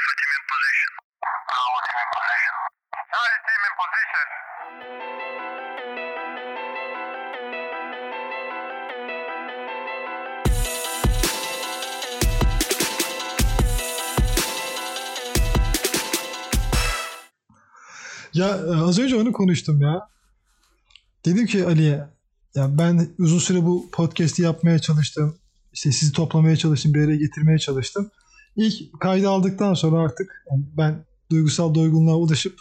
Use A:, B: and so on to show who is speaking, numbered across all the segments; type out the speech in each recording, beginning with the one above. A: position. I want him in position. I see him in position.
B: Ya e, az önce onu konuştum ya. Dedim ki Ali'ye ya ben uzun süre bu podcast'i yapmaya çalıştım. İşte sizi toplamaya çalıştım, bir araya getirmeye çalıştım. İlk kaydı aldıktan sonra artık yani ben duygusal doygunluğa ulaşıp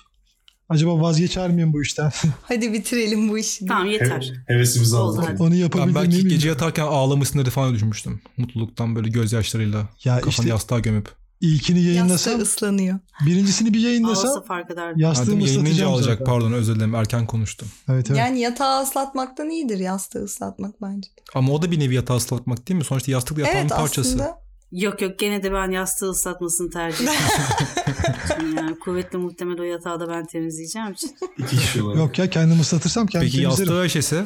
B: acaba vazgeçer miyim bu işten?
C: Hadi bitirelim bu işi.
D: Tamam yeter.
E: He- hevesimizi
D: Oldu
E: aldık.
D: hadi.
B: Onu
F: Ben
B: yapabilir
F: belki
B: miyim?
F: gece yatarken ağlamışsınları falan düşünmüştüm. Mutluluktan böyle gözyaşlarıyla
B: ya
F: kafanı
B: E işte
F: yastığa gömüp.
B: ilkini
C: Yastığı
B: yayınlasam,
C: ıslanıyor.
B: birincisini bir
D: Ağlasa
B: yayınlasam
D: fark ederdi.
B: yastığımı
F: Artık yayınlayınca
B: ıslatacağım
F: alacak
B: zaten.
F: pardon özür dilerim erken konuştum.
B: Evet evet.
C: Yani yatağı ıslatmaktan iyidir yastığı ıslatmak bence.
F: Ama o da bir nevi yatağı ıslatmak değil mi? Sonuçta yastık da yatağın
C: evet
F: parçası.
C: aslında
D: Yok yok gene de ben yastığı ıslatmasını tercih ediyorum. Çünkü yani kuvvetli muhtemel o yatağı da ben temizleyeceğim için.
E: İki kişi olarak.
B: Yok ya kendimi ıslatırsam kendimi
F: Peki
B: temizlerim.
F: yastığı aşesi?
B: Ya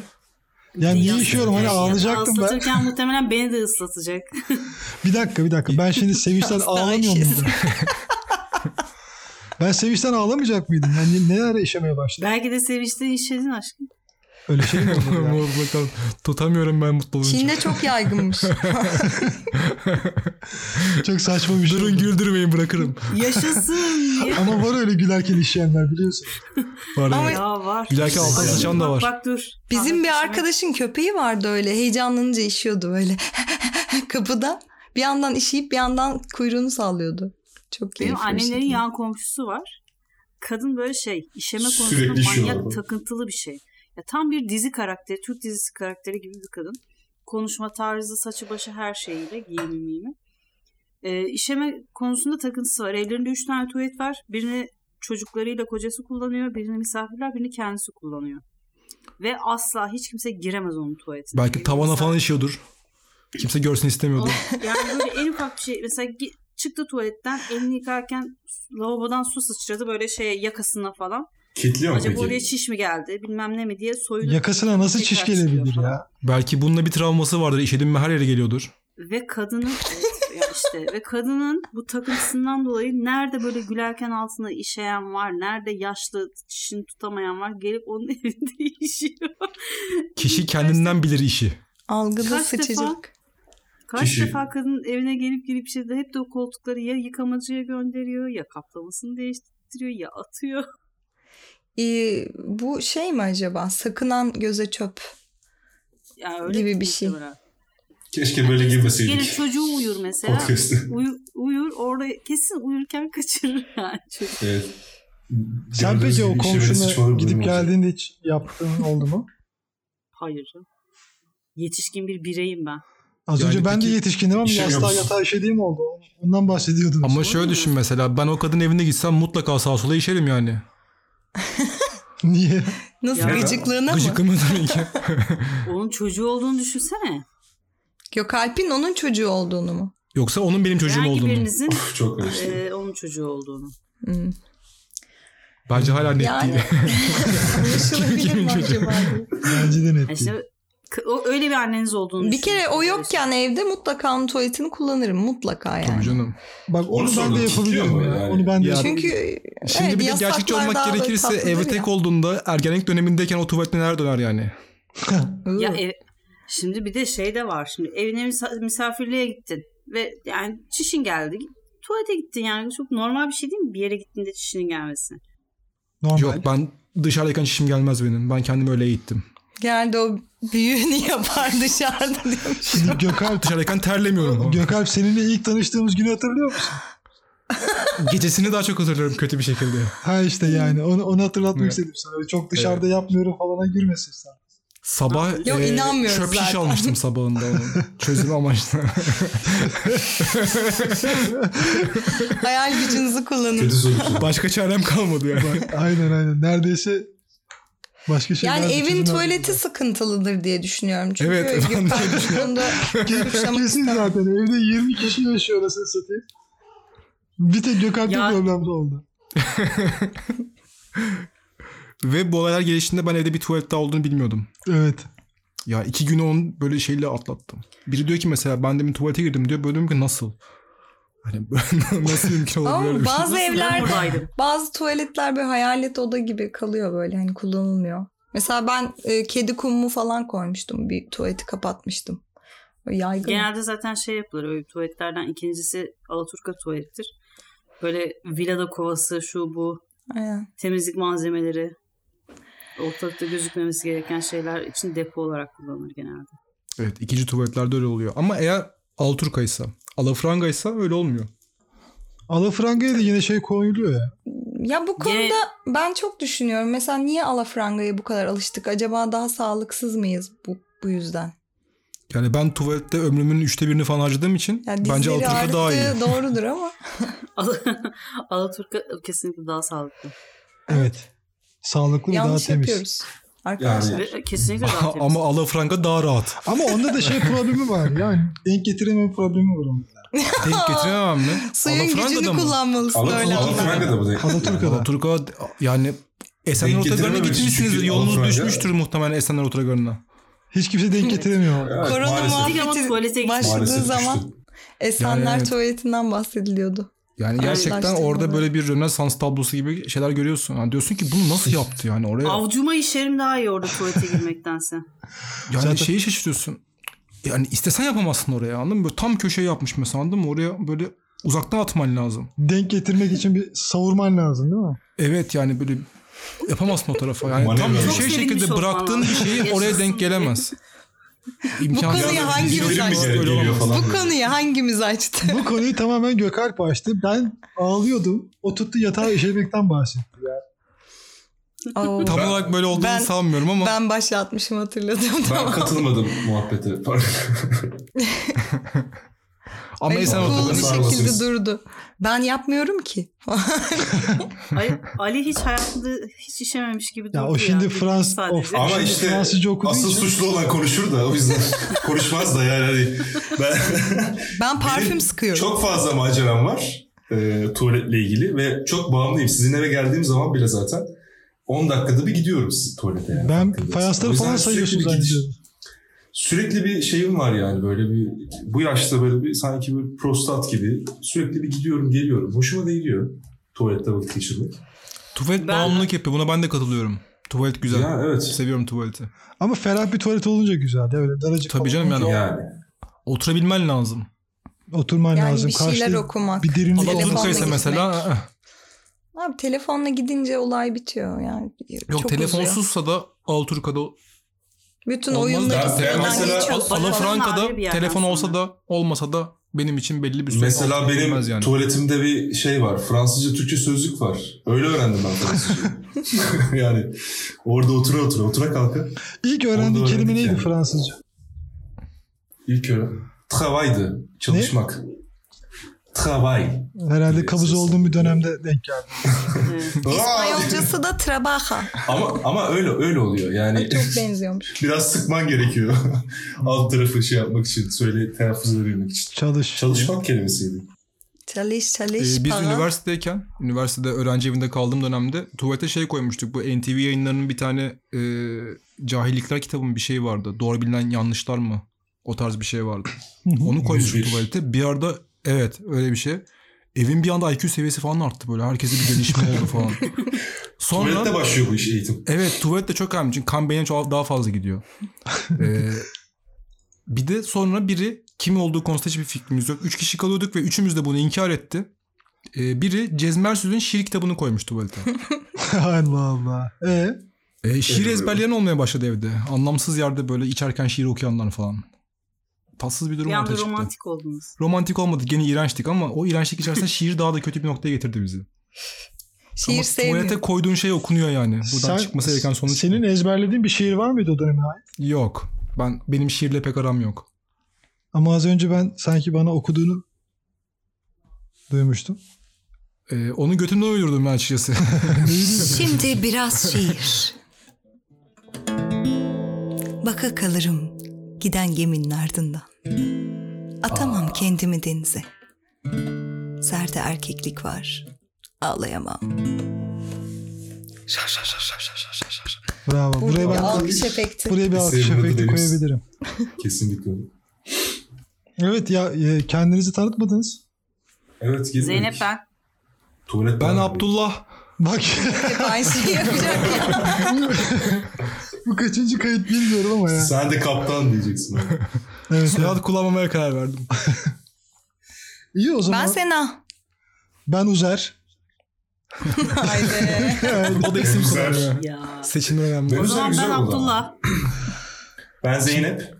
B: niye
D: Yastığı
B: işiyorum? Hani
D: tercih ediyorum.
B: ağlayacaktım ben.
D: Islatırken muhtemelen beni de ıslatacak.
B: Bir dakika bir dakika. Ben şimdi sevinçten
C: Hasta
B: ağlamıyor
C: eşiz.
B: muydum? ben sevinçten ağlamayacak mıydım? Yani neler işemeye başladım?
D: Belki de sevinçten işledin aşkım.
B: Öyle şey mi olur ya?
F: Bakalım. Tutamıyorum ben mutluluğunu.
C: Çin'de çok yaygınmış.
B: Çok saçma bir şey.
F: Durun
B: oldu.
F: güldürmeyin bırakırım.
D: Yaşasın. ya.
B: Ama var öyle gülerken işeyenler biliyorsun.
F: Var
C: Ama-
F: ya.
D: ya var.
F: Gülerken altına
D: Ay,
F: sıçan da
D: bak,
F: var.
D: Bak dur.
C: Bizim
D: Ahmet
C: bir
D: Yeşim-
C: arkadaşın köpeği vardı öyle heyecanlanınca işiyordu böyle kapıda. Bir yandan işeyip bir yandan kuyruğunu sallıyordu. Çok
D: Benim
C: keyifli. bir
D: annemlerin
C: şekilde.
D: yan komşusu var. Kadın böyle şey, işeme konusunda
E: Sürekli işiyor
D: manyak
E: adam.
D: takıntılı bir şey. Ya tam bir dizi karakteri, Türk dizisi karakteri gibi bir kadın. Konuşma tarzı, saçı başı her şeyiyle, giyimi miyimi. Ee, işeme konusunda takıntısı var. Evlerinde üç tane tuvalet var. Birini çocuklarıyla kocası kullanıyor, birini misafirler, birini kendisi kullanıyor. Ve asla hiç kimse giremez onun tuvaletine.
F: Belki
D: Bir
F: tavana
D: misafir-
F: falan işiyordur. Kimse görsün istemiyordur.
D: yani böyle en ufak bir şey mesela gi- çıktı tuvaletten elini yıkarken lavabodan su sıçradı böyle şeye yakasına falan.
E: Kitliyor mu
D: Acaba
E: peki?
D: oraya şiş mi geldi bilmem ne mi diye soyunup
B: Yakasına nasıl
D: tekrar
B: çiş
D: çıkıyor
B: gelebilir
D: falan.
B: ya?
F: Belki bununla bir travması vardır. İşedim mi her yere geliyordur.
D: Ve kadının evet, ya işte ve kadının bu takıntısından dolayı nerede böyle gülerken altına işeyen var, nerede yaşlı çişini tutamayan var gelip onun evinde işiyor.
F: Kişi kendinden bilir işi.
C: Algıda
D: Kaç defa?
C: sıçacak.
D: Kaç
E: Kişi-
D: defa kadın evine gelip gelip işte de hep de o koltukları ya yıkamacıya gönderiyor ya kaplamasını değiştiriyor ya atıyor.
C: Ee, bu şey mi acaba? Sakınan göze çöp.
D: Yani öyle
C: Gibi bir şey.
D: muhtemelen.
E: Keşke böyle
D: Gelir
E: girmeseydik.
D: çocuğu uyur mesela.
E: Podcast'ı.
D: Uyu, uyur orada kesin uyurken kaçırır yani çocuk.
E: Evet.
B: Sen
E: Gördüğünüz
B: peki
E: gibi
B: o
F: şey
E: işe böyle sıçmalı
B: komşuna
E: bir
B: gidip
E: durum olacak.
B: geldiğinde hiç yaptığın oldu mu?
D: Hayır. canım. Yetişkin bir bireyim ben.
B: Az
F: Yani
B: önce ben de
F: peki, şey
B: yetişkinim ama
E: işemiyor
B: yastığa
E: musun?
B: yatağa işediğim oldu. Ondan bahsediyordunuz.
F: Ama
D: Doğru
F: şöyle
D: mu?
F: düşün mesela. Ben o kadın evine gitsem mutlaka sağa sola işerim yani.
B: Niye?
C: Nasıl
D: Ya-
C: gıcıklığına mı?
F: Gıcıklığımı tabii ki.
D: Onun çocuğu olduğunu düşünsene.
C: Gökalp'in onun çocuğu olduğunu mu?
F: Yoksa onun benim çocuğum
D: Herhangi
F: olduğunu.
D: birinizin
E: Uf, Çok karıştı.
D: e, onun çocuğu olduğunu.
C: Hmm.
F: Bence hala net
C: Yani
F: değil.
C: konuşulabilir
F: Kimin
C: mi
F: çocuğu?
C: acaba? diye.
B: Bence de net değil.
D: Yani E işte, k- o, öyle bir anneniz olduğunu
C: Bir kere o
D: düşünün.
C: yokken evde mutlaka onun tuvaletini kullanırım. Mutlaka yani.
F: Tabii canım.
B: Bak onu, ben
E: Onu
B: de
E: sordum,
B: yapabiliyorum
E: tutuyor
B: ya.
E: mu yani?
B: Onu ben de
F: Ya-
B: yapabiliyorum.
C: Çünkü
F: Şimdi
C: evet,
F: bir de gerçekçi
C: yasaklar daha
F: olmak
C: da
F: gerekirse
C: tatlıdır
F: evde
C: ya.
F: tek olduğunda ergenlik dönemindeyken o tuvalet neler döner yani.
C: Iı.
D: Ya e- ev- şimdi bir de şey de var. Şimdi evine misa- misafirliğe gittin ve yani çişin geldi. Tuvalete gittin yani çok normal bir şey değil mi? Bir yere gittiğinde çişinin gelmesi.
B: Normal.
F: Yok ben dışarıdayken çişim gelmez benim. Ben kendimi öyle eğittim.
C: Geldi o büyüğünü yapar dışarıda diyormuş.
B: Şimdi Gökalp,
F: Dışarıdayken terlemiyorum.
B: Gökalp seninle ilk tanıştığımız günü hatırlıyor musun?
F: Gecesini daha çok hatırlıyorum kötü bir şekilde.
B: Ha işte yani onu, onu hatırlatmak
F: Evet.
B: istedim sana. Öyle Çok dışarıda yapmıyorum falana girmesin sen.
F: Sabah e,
C: Yok, inanmıyorum
F: çöp şiş
C: zaten.
F: almıştım sabahında onun. Çözüm amaçlı.
C: Hayal gücünüzü kullanın.
E: Kötü sonuçlar.
F: Başka çarem kalmadı yani.
B: Aynen aynen. Neredeyse başka şey şeyler.
C: Yani
B: de
C: evin
B: çözüm
C: tuvaleti sıkıntılıdır diye düşünüyorum. Çünkü
F: Evet, ben de
C: Gökalp bu konuda
B: arıyor.
C: suçlamak
B: Kesin zaten. Evde 20 kişi yaşıyor orasını satayım. Bir tek Gökalp'te
D: Ya-
B: problem de oldu.
F: Ve bu olaylar gelişinde ben evde bir tuvalet daha olduğunu bilmiyordum.
B: Evet.
F: Ya iki gün on böyle şeyle atlattım. Biri diyor ki mesela ben demin tuvalete girdim diyor. Böyle diyorum ki nasıl? Hani nasıl mümkün olur böyle
C: Ama
F: bir şey?
C: bazı
D: Nasıl? Ben
C: evlerde
D: buradaydım.
C: bazı tuvaletler böyle hayalet oda gibi kalıyor böyle hani kullanılmıyor. Mesela ben e, kedi kumumu falan koymuştum bir tuvaleti kapatmıştım. Böyle Yaygın.
D: Genelde zaten şey yapılır öyle tuvaletlerden ikincisi Alaturka tuvalettir. Böyle vilada kovası şu bu
C: Aynen.
D: temizlik malzemeleri ortalıkta gözükmemesi gereken şeyler için depo olarak kullanılır genelde.
F: Evet ikinci tuvaletlerde öyle oluyor. Ama eğer Alturka ise Alafranga ise öyle olmuyor.
B: Alafranga'ya da yine şey koyuluyor ya.
C: Ya bu konuda
D: Gene-
C: ben çok düşünüyorum. Mesela niye alafrangaya bu kadar alıştık? Acaba daha sağlıksız mıyız bu bu yüzden?
F: Yani ben tuvalette ömrümün üçte birini falan harcadığım için
C: Yani
F: bence
C: dizleri
F: Alturka daha iyi.
C: ağrıttı, doğrudur ama
D: Ala- Alaturka kesinlikle daha sağlıklı.
B: Evet. Sağlıklı ve daha
C: yanlış
B: temiz.
C: yapıyoruz arkadaşlar.
D: Ve kesinlikle daha temiz.
F: Ama Alafranga daha rahat.
B: Ama onda da şey problemi var. Yani denk getirememe problemi var onda.
F: Denk getiremem mi?
C: Suyun gücünü
F: mı?
C: kullanmalısın
E: Ala-
C: öyle anlarda.
E: Alafranga da bu değil.
B: Alaturka'da.
F: Alaturka yani Esenler
E: Denk
F: Otogarı'na
E: getirememiş
F: gitmişsiniz.
E: çünkü
F: Yolunuz
E: Alafranga-
F: düşmüştür muhtemelen Esenler Otogarı'na.
B: Hiç kimse denk getiremiyor.
E: Evet,
C: Korona
E: maalesef.
C: muhabbeti
D: Ama tuvalete gitmiş.
C: başladığı
E: Maalesef
C: zaman
E: düştü.
C: Esenler
F: Yani evet.
C: tuvaletinden bahsediliyordu.
F: Yani gerçekten
C: Karşılaştırmalı.
F: orada böyle bir Rönesans tablosu gibi şeyler görüyorsun. Yani diyorsun ki bunu nasıl yaptı yani oraya?
D: Avcuma işerim daha iyi orada tuvalete girmektense.
F: Yani
B: Zaten-
F: şeyi şaşırıyorsun. Yani istesen yapamazsın oraya anladın mı? Böyle tam köşeye yapmış mesela anladın mı? Oraya böyle uzaktan atman lazım.
B: Denk getirmek için bir savurman lazım değil mi?
F: Evet yani böyle yapamazsın o tarafa. Yani tam
E: Manevra.
F: köşe
D: Çok sevinmiş
F: şekilde
D: olman
F: bıraktığın bir
D: lazım.
F: şeyi oraya denk gelemez. İmkansız.
C: konuya
F: Yani
C: hangi
F: bizim
E: Bildirim mi
C: uzaktı?
E: gel-
F: öyle
E: geliyor
F: olamaz.
E: falan.
C: Bu
E: böyle.
C: konuyu hangimiz açtı?
B: Bu konuyu tamamen Gökalp açtı. Ben ağlıyordum. O tuttu yatağa işemekten bahsetti.
C: Oo,
F: Tam olarak böyle olduğunu
C: Ben-
F: sanmıyorum ama
C: ben başlatmışım hatırladım
E: Ben
C: tamam.
E: katılmadım muhabbete. Pardon.
F: ama
C: Ay,
F: sen
C: cool
E: ortada
C: bir
F: ortadan
E: sarmasınız.
C: şekilde durdu. Ben yapmıyorum ki.
D: Ali, Ali hiç hayatında hiç işememiş gibi durdu
B: Ya o şimdi
D: Bildiğin
B: Frans-
D: sadece.
B: of.
E: Ama
B: Şimdi
E: işte
B: Fransızca okuduğu
E: asıl
B: için-
E: suçlu olan konuşur da o yüzden konuşmaz da yani. Hani ben...
C: Ben parfüm
E: Benim
C: sıkıyorum.
E: Çok fazla maceram var e, tuvaletle ilgili ve çok bağımlıyım. Sizin eve geldiğim zaman bile zaten 10 dakikada bir gidiyorum siz- tuvalete. Yani
B: Ben
E: farkındaysanız.
B: fayansları
E: O yüzden
B: falan
E: sürekli
B: sayıyorsun
E: bir gidiş-
B: zannediyorum.
E: Sürekli bir şeyim var yani böyle bir bu yaşta böyle bir sanki bir prostat gibi sürekli bir gidiyorum geliyorum. Hoşuma da gidiyor tuvalette vakit geçirmek.
F: tuvalet
D: Ben-
F: bağımlılık yapıyor. Buna ben de katılıyorum. Tuvalet güzel.
E: Ya, evet.
F: Seviyorum tuvaleti.
B: Ama ferah bir tuvalet olunca güzel. değil mi? Öyle daracık
F: Tabii
B: falan
F: canım yani
E: Yani.
F: oturabilmen lazım.
B: Oturman
C: Yani
B: lazım.
C: bir şeyler
B: Karşıda
C: okumak.
B: Bir derinlik
C: Telefonla
F: Ama
B: olsun.
F: kaysa
C: gitmek.
F: mesela eh,
C: Abi telefonla gidince olay bitiyor yani.
F: yok
C: Çok uzuyor.
F: telefonsuzsa da Alturka'da
C: Bütün
F: olmaz
C: oyunlar
E: Ben-
F: da.
E: ben
C: üstünden
E: mesela
C: geçiyorsun.
D: Al-
C: falan.
D: Alafra-
F: Alafranka'da
D: ayrı bir yerden
F: telefon
D: sonra.
F: olsa da olmasa da benim için belli bir süre
E: Mesela
F: altına
E: benim
F: girmez yani.
E: tuvaletimde bir şey var. Fransızca Türkçe sözlük var. Öyle öğrendim ben Fransızca. yani orada otura otura otura kalka.
B: İlk
E: Onu
B: öğrendiğin
E: da
B: kelime
E: öğrendik
B: neydi
E: yani.
B: Fransızca?
E: İlk öyle. Travaydı. Çalışmak. Travay.
B: Herhalde kabız
E: Ses.
B: olduğum bir dönemde denk geldi.
D: Evet.
C: İspanyolcası da trabaja.
E: ama ama öyle öyle oluyor. Yani
C: Çok benziyormuş.
E: biraz sıkman gerekiyor. Alt tarafı şey yapmak için, söyle telaffuz edebilmek için.
B: Çalış.
E: Çalışmak kelimesiydi.
C: Çalış
F: Ee,
C: çalış
F: biz
C: para.
F: üniversitedeyken, üniversitede öğrenci evinde kaldığım dönemde tuvalete şey koymuştuk. Bu NTV yayınlarının bir tane e, cahillikler kitabının bir şey vardı. Doğru bilinen yanlışlar mı? O tarz bir şey vardı. Onu koymuştuk
E: 101.
F: tuvalete. Bir anda evet öyle bir şey. Evin bir anda IQ seviyesi falan arttı böyle. Herkese bir gelişme oldu falan. Sonra
E: Tuvalette başlıyor bu iş eğitim.
F: Evet tuvalet de çok önemli. Çünkü kan beynine çok daha fazla gidiyor. Ee, bir de sonra biri kim olduğu konusunda hiçbir fikrimiz yok. Üç kişi kalıyorduk ve üçümüz de bunu inkar etti. Ee, biri Cezmer Süz'ün şiir kitabını koymuş tuvalete.
B: Allah Allah. E
F: Ee, şiir
E: Evet.
F: ezberleyen olmaya başladı evde. Anlamsız yerde böyle içerken şiir okuyanlar falan. Tatsız bir durum
D: Bir anda
F: ortaya çıktı.
D: romantik oldunuz.
F: Romantik olmadı gene iğrençtik ama o iğrençlik içerisinde şiir daha da kötü bir noktaya getirdi bizi.
C: Şiir
F: ama tuvalete
C: sevmiyorum.
F: koyduğun şey okunuyor yani. Buradan çıkması gereken sonuç.
B: Senin ezberlediğin bir şiir var mıydı o döneme ait?
F: Yok. Ben benim şiirle pek aram yok.
B: Ama az önce ben sanki bana okuduğunu duymuştum.
F: Ee, onu götümden uydurdum ben açıkçası.
C: Şimdi biraz şiir. Baka kalırım giden geminin ardından. Atamam kendimi denize. Serde erkeklik var. Ağlayamam.
B: Bravo. Buraya ben
C: efekti.
B: buraya bir alkış
E: Sevgili
B: efekti
E: dinleyicimiz.
B: koyabilirim.
E: Kesinlikle.
B: Evet ya e, kendinizi tanıtmadınız.
E: Evet geliyor.
D: Zeynep ben.
E: Tuvalet
F: Ben
E: var.
F: Abdullah.
B: Bak
C: Hep aynı şeyi yapacak ya.
B: bu kaçıncı kayıt bilmiyorum ama ya.
E: Sen de kaptan diyeceksin.
B: Evet, evet.
F: Silahı kullanmamaya karar verdim.
B: İyi o zaman.
C: Ben
B: Ben,
C: Sena.
B: Uzer.
C: Haydi.
F: o da isim
E: Güzel.
F: kullanıyor.
D: Ya.
F: Seçimler önemli.
E: Güzel,
D: O zaman
E: güzel
D: ben
E: oldu
D: Abdullah.
E: ben Zeynep.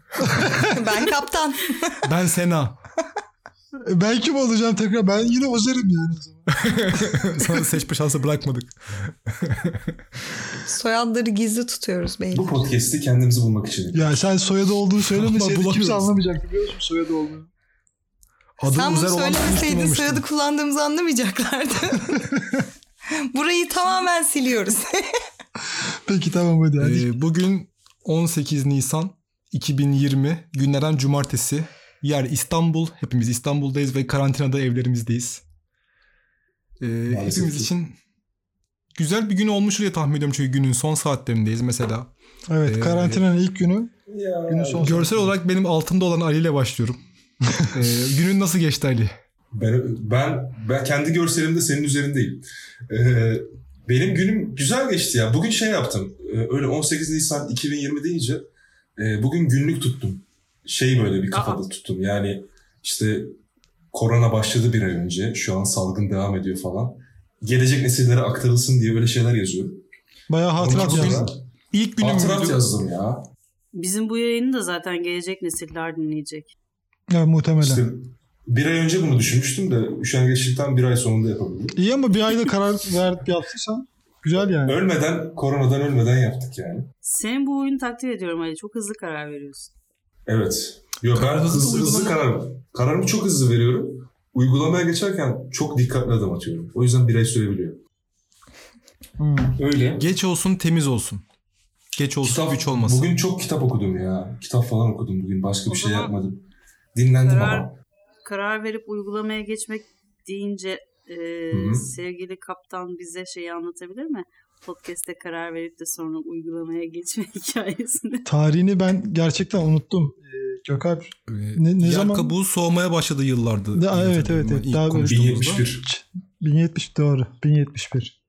C: ben kaptan.
F: Ben Sena.
B: E, Ben kim olacağım tekrar? Ben yine Uzer'im yani.
F: Sana seçme şansı bırakmadık.
C: Soyadları gizli tutuyoruz beyler.
E: Bu podcast'i kendimizi bulmak için. yapıyoruz.
B: Ya sen soyadı olduğunu söylemeseydin
F: Bulamıyoruz.
B: kimse anlamayacak biliyor musun soyadı olduğunu.
F: Adı
C: Sen bunu
F: Uzer olan
C: söylemeseydin
F: olmuştu.
C: soyadı kullandığımızı anlamayacaklardı. Burayı tamamen siliyoruz.
B: Peki tamam hadi hadi.
F: Ee, bugün 18 Nisan 2020 günlerden cumartesi. Yer İstanbul. Hepimiz İstanbul'dayız ve karantinada evlerimizdeyiz. Ee,
E: Maalesef
F: hepimiz
E: ki.
F: için güzel bir gün olmuş diye tahmin ediyorum çünkü günün son saatlerindeyiz mesela.
B: evet
F: ee,
B: karantinanın ilk günü.
E: Ya.
B: Günün son
F: Görsel olarak benim altımda olan Ali ile başlıyorum. Ee, günün nasıl geçti Ali?
E: Ben, ben, ben kendi görselimde senin üzerindeyim. Ee, benim günüm güzel geçti ya. Bugün şey yaptım. Ee, öyle 18 Nisan 2020 deyince e, bugün günlük tuttum. Şey böyle bir kafada tuttum. Yani işte korona başladı bir ay önce. Şu an salgın devam ediyor falan. Gelecek nesillere aktarılsın diye öyle şeyler yazıyorum.
B: Bayağı hatırat
E: Ondan sonra
B: yazdım.
F: İlk günüm
E: Hatırat
F: müydü?
E: yazdım ya.
D: Bizim bu yayını da zaten gelecek nesiller dinleyecek.
B: Evet, muhtemelen.
E: İşte bir ay önce bunu düşünmüştüm de üşengeçlikten bir ay sonunda yapabildim.
B: İyi ama bir ayda karar verip yaptıysan güzel yani.
E: Ölmeden, koronadan ölmeden yaptık yani.
D: Senin bu oyunu takdir ediyorum Ali. Çok hızlı karar veriyorsun.
E: Evet. Yo, ben
F: Karar hızlı
E: hızlı hızlı
F: uygulama.
E: karar Kararımı çok hızlı veriyorum. Uygulamaya geçerken çok dikkatli adım atıyorum. O yüzden bir ay sürebiliyor.
B: Hmm.
E: Öyle.
F: Geç olsun temiz olsun. Geç olsun güç olmasın.
E: Bugün çok kitap okudum ya. Kitap falan okudum bugün. Başka
D: O
E: bir şey
D: zaman
E: yapmadım. Dinlendim
D: karar-
E: ama.
D: Karar verip uygulamaya geçmek deyince e,
E: Hı hı.
D: sevgili kaptan bize şeyi anlatabilir mi? Podcast'te karar verip de sonra uygulamaya geçme hikayesini.
B: Tarihini ben gerçekten unuttum. Ee, Gökalp
F: Ee,
B: Ne- ne
F: yer
B: zaman-
F: kabuğu soğumaya başladı yıllardı.
B: Ya, evet, evet, evet.
F: İlk
B: Daha böyle-
F: konuştuğumuzda.
E: 1071.
B: 1070 doğru. 1071.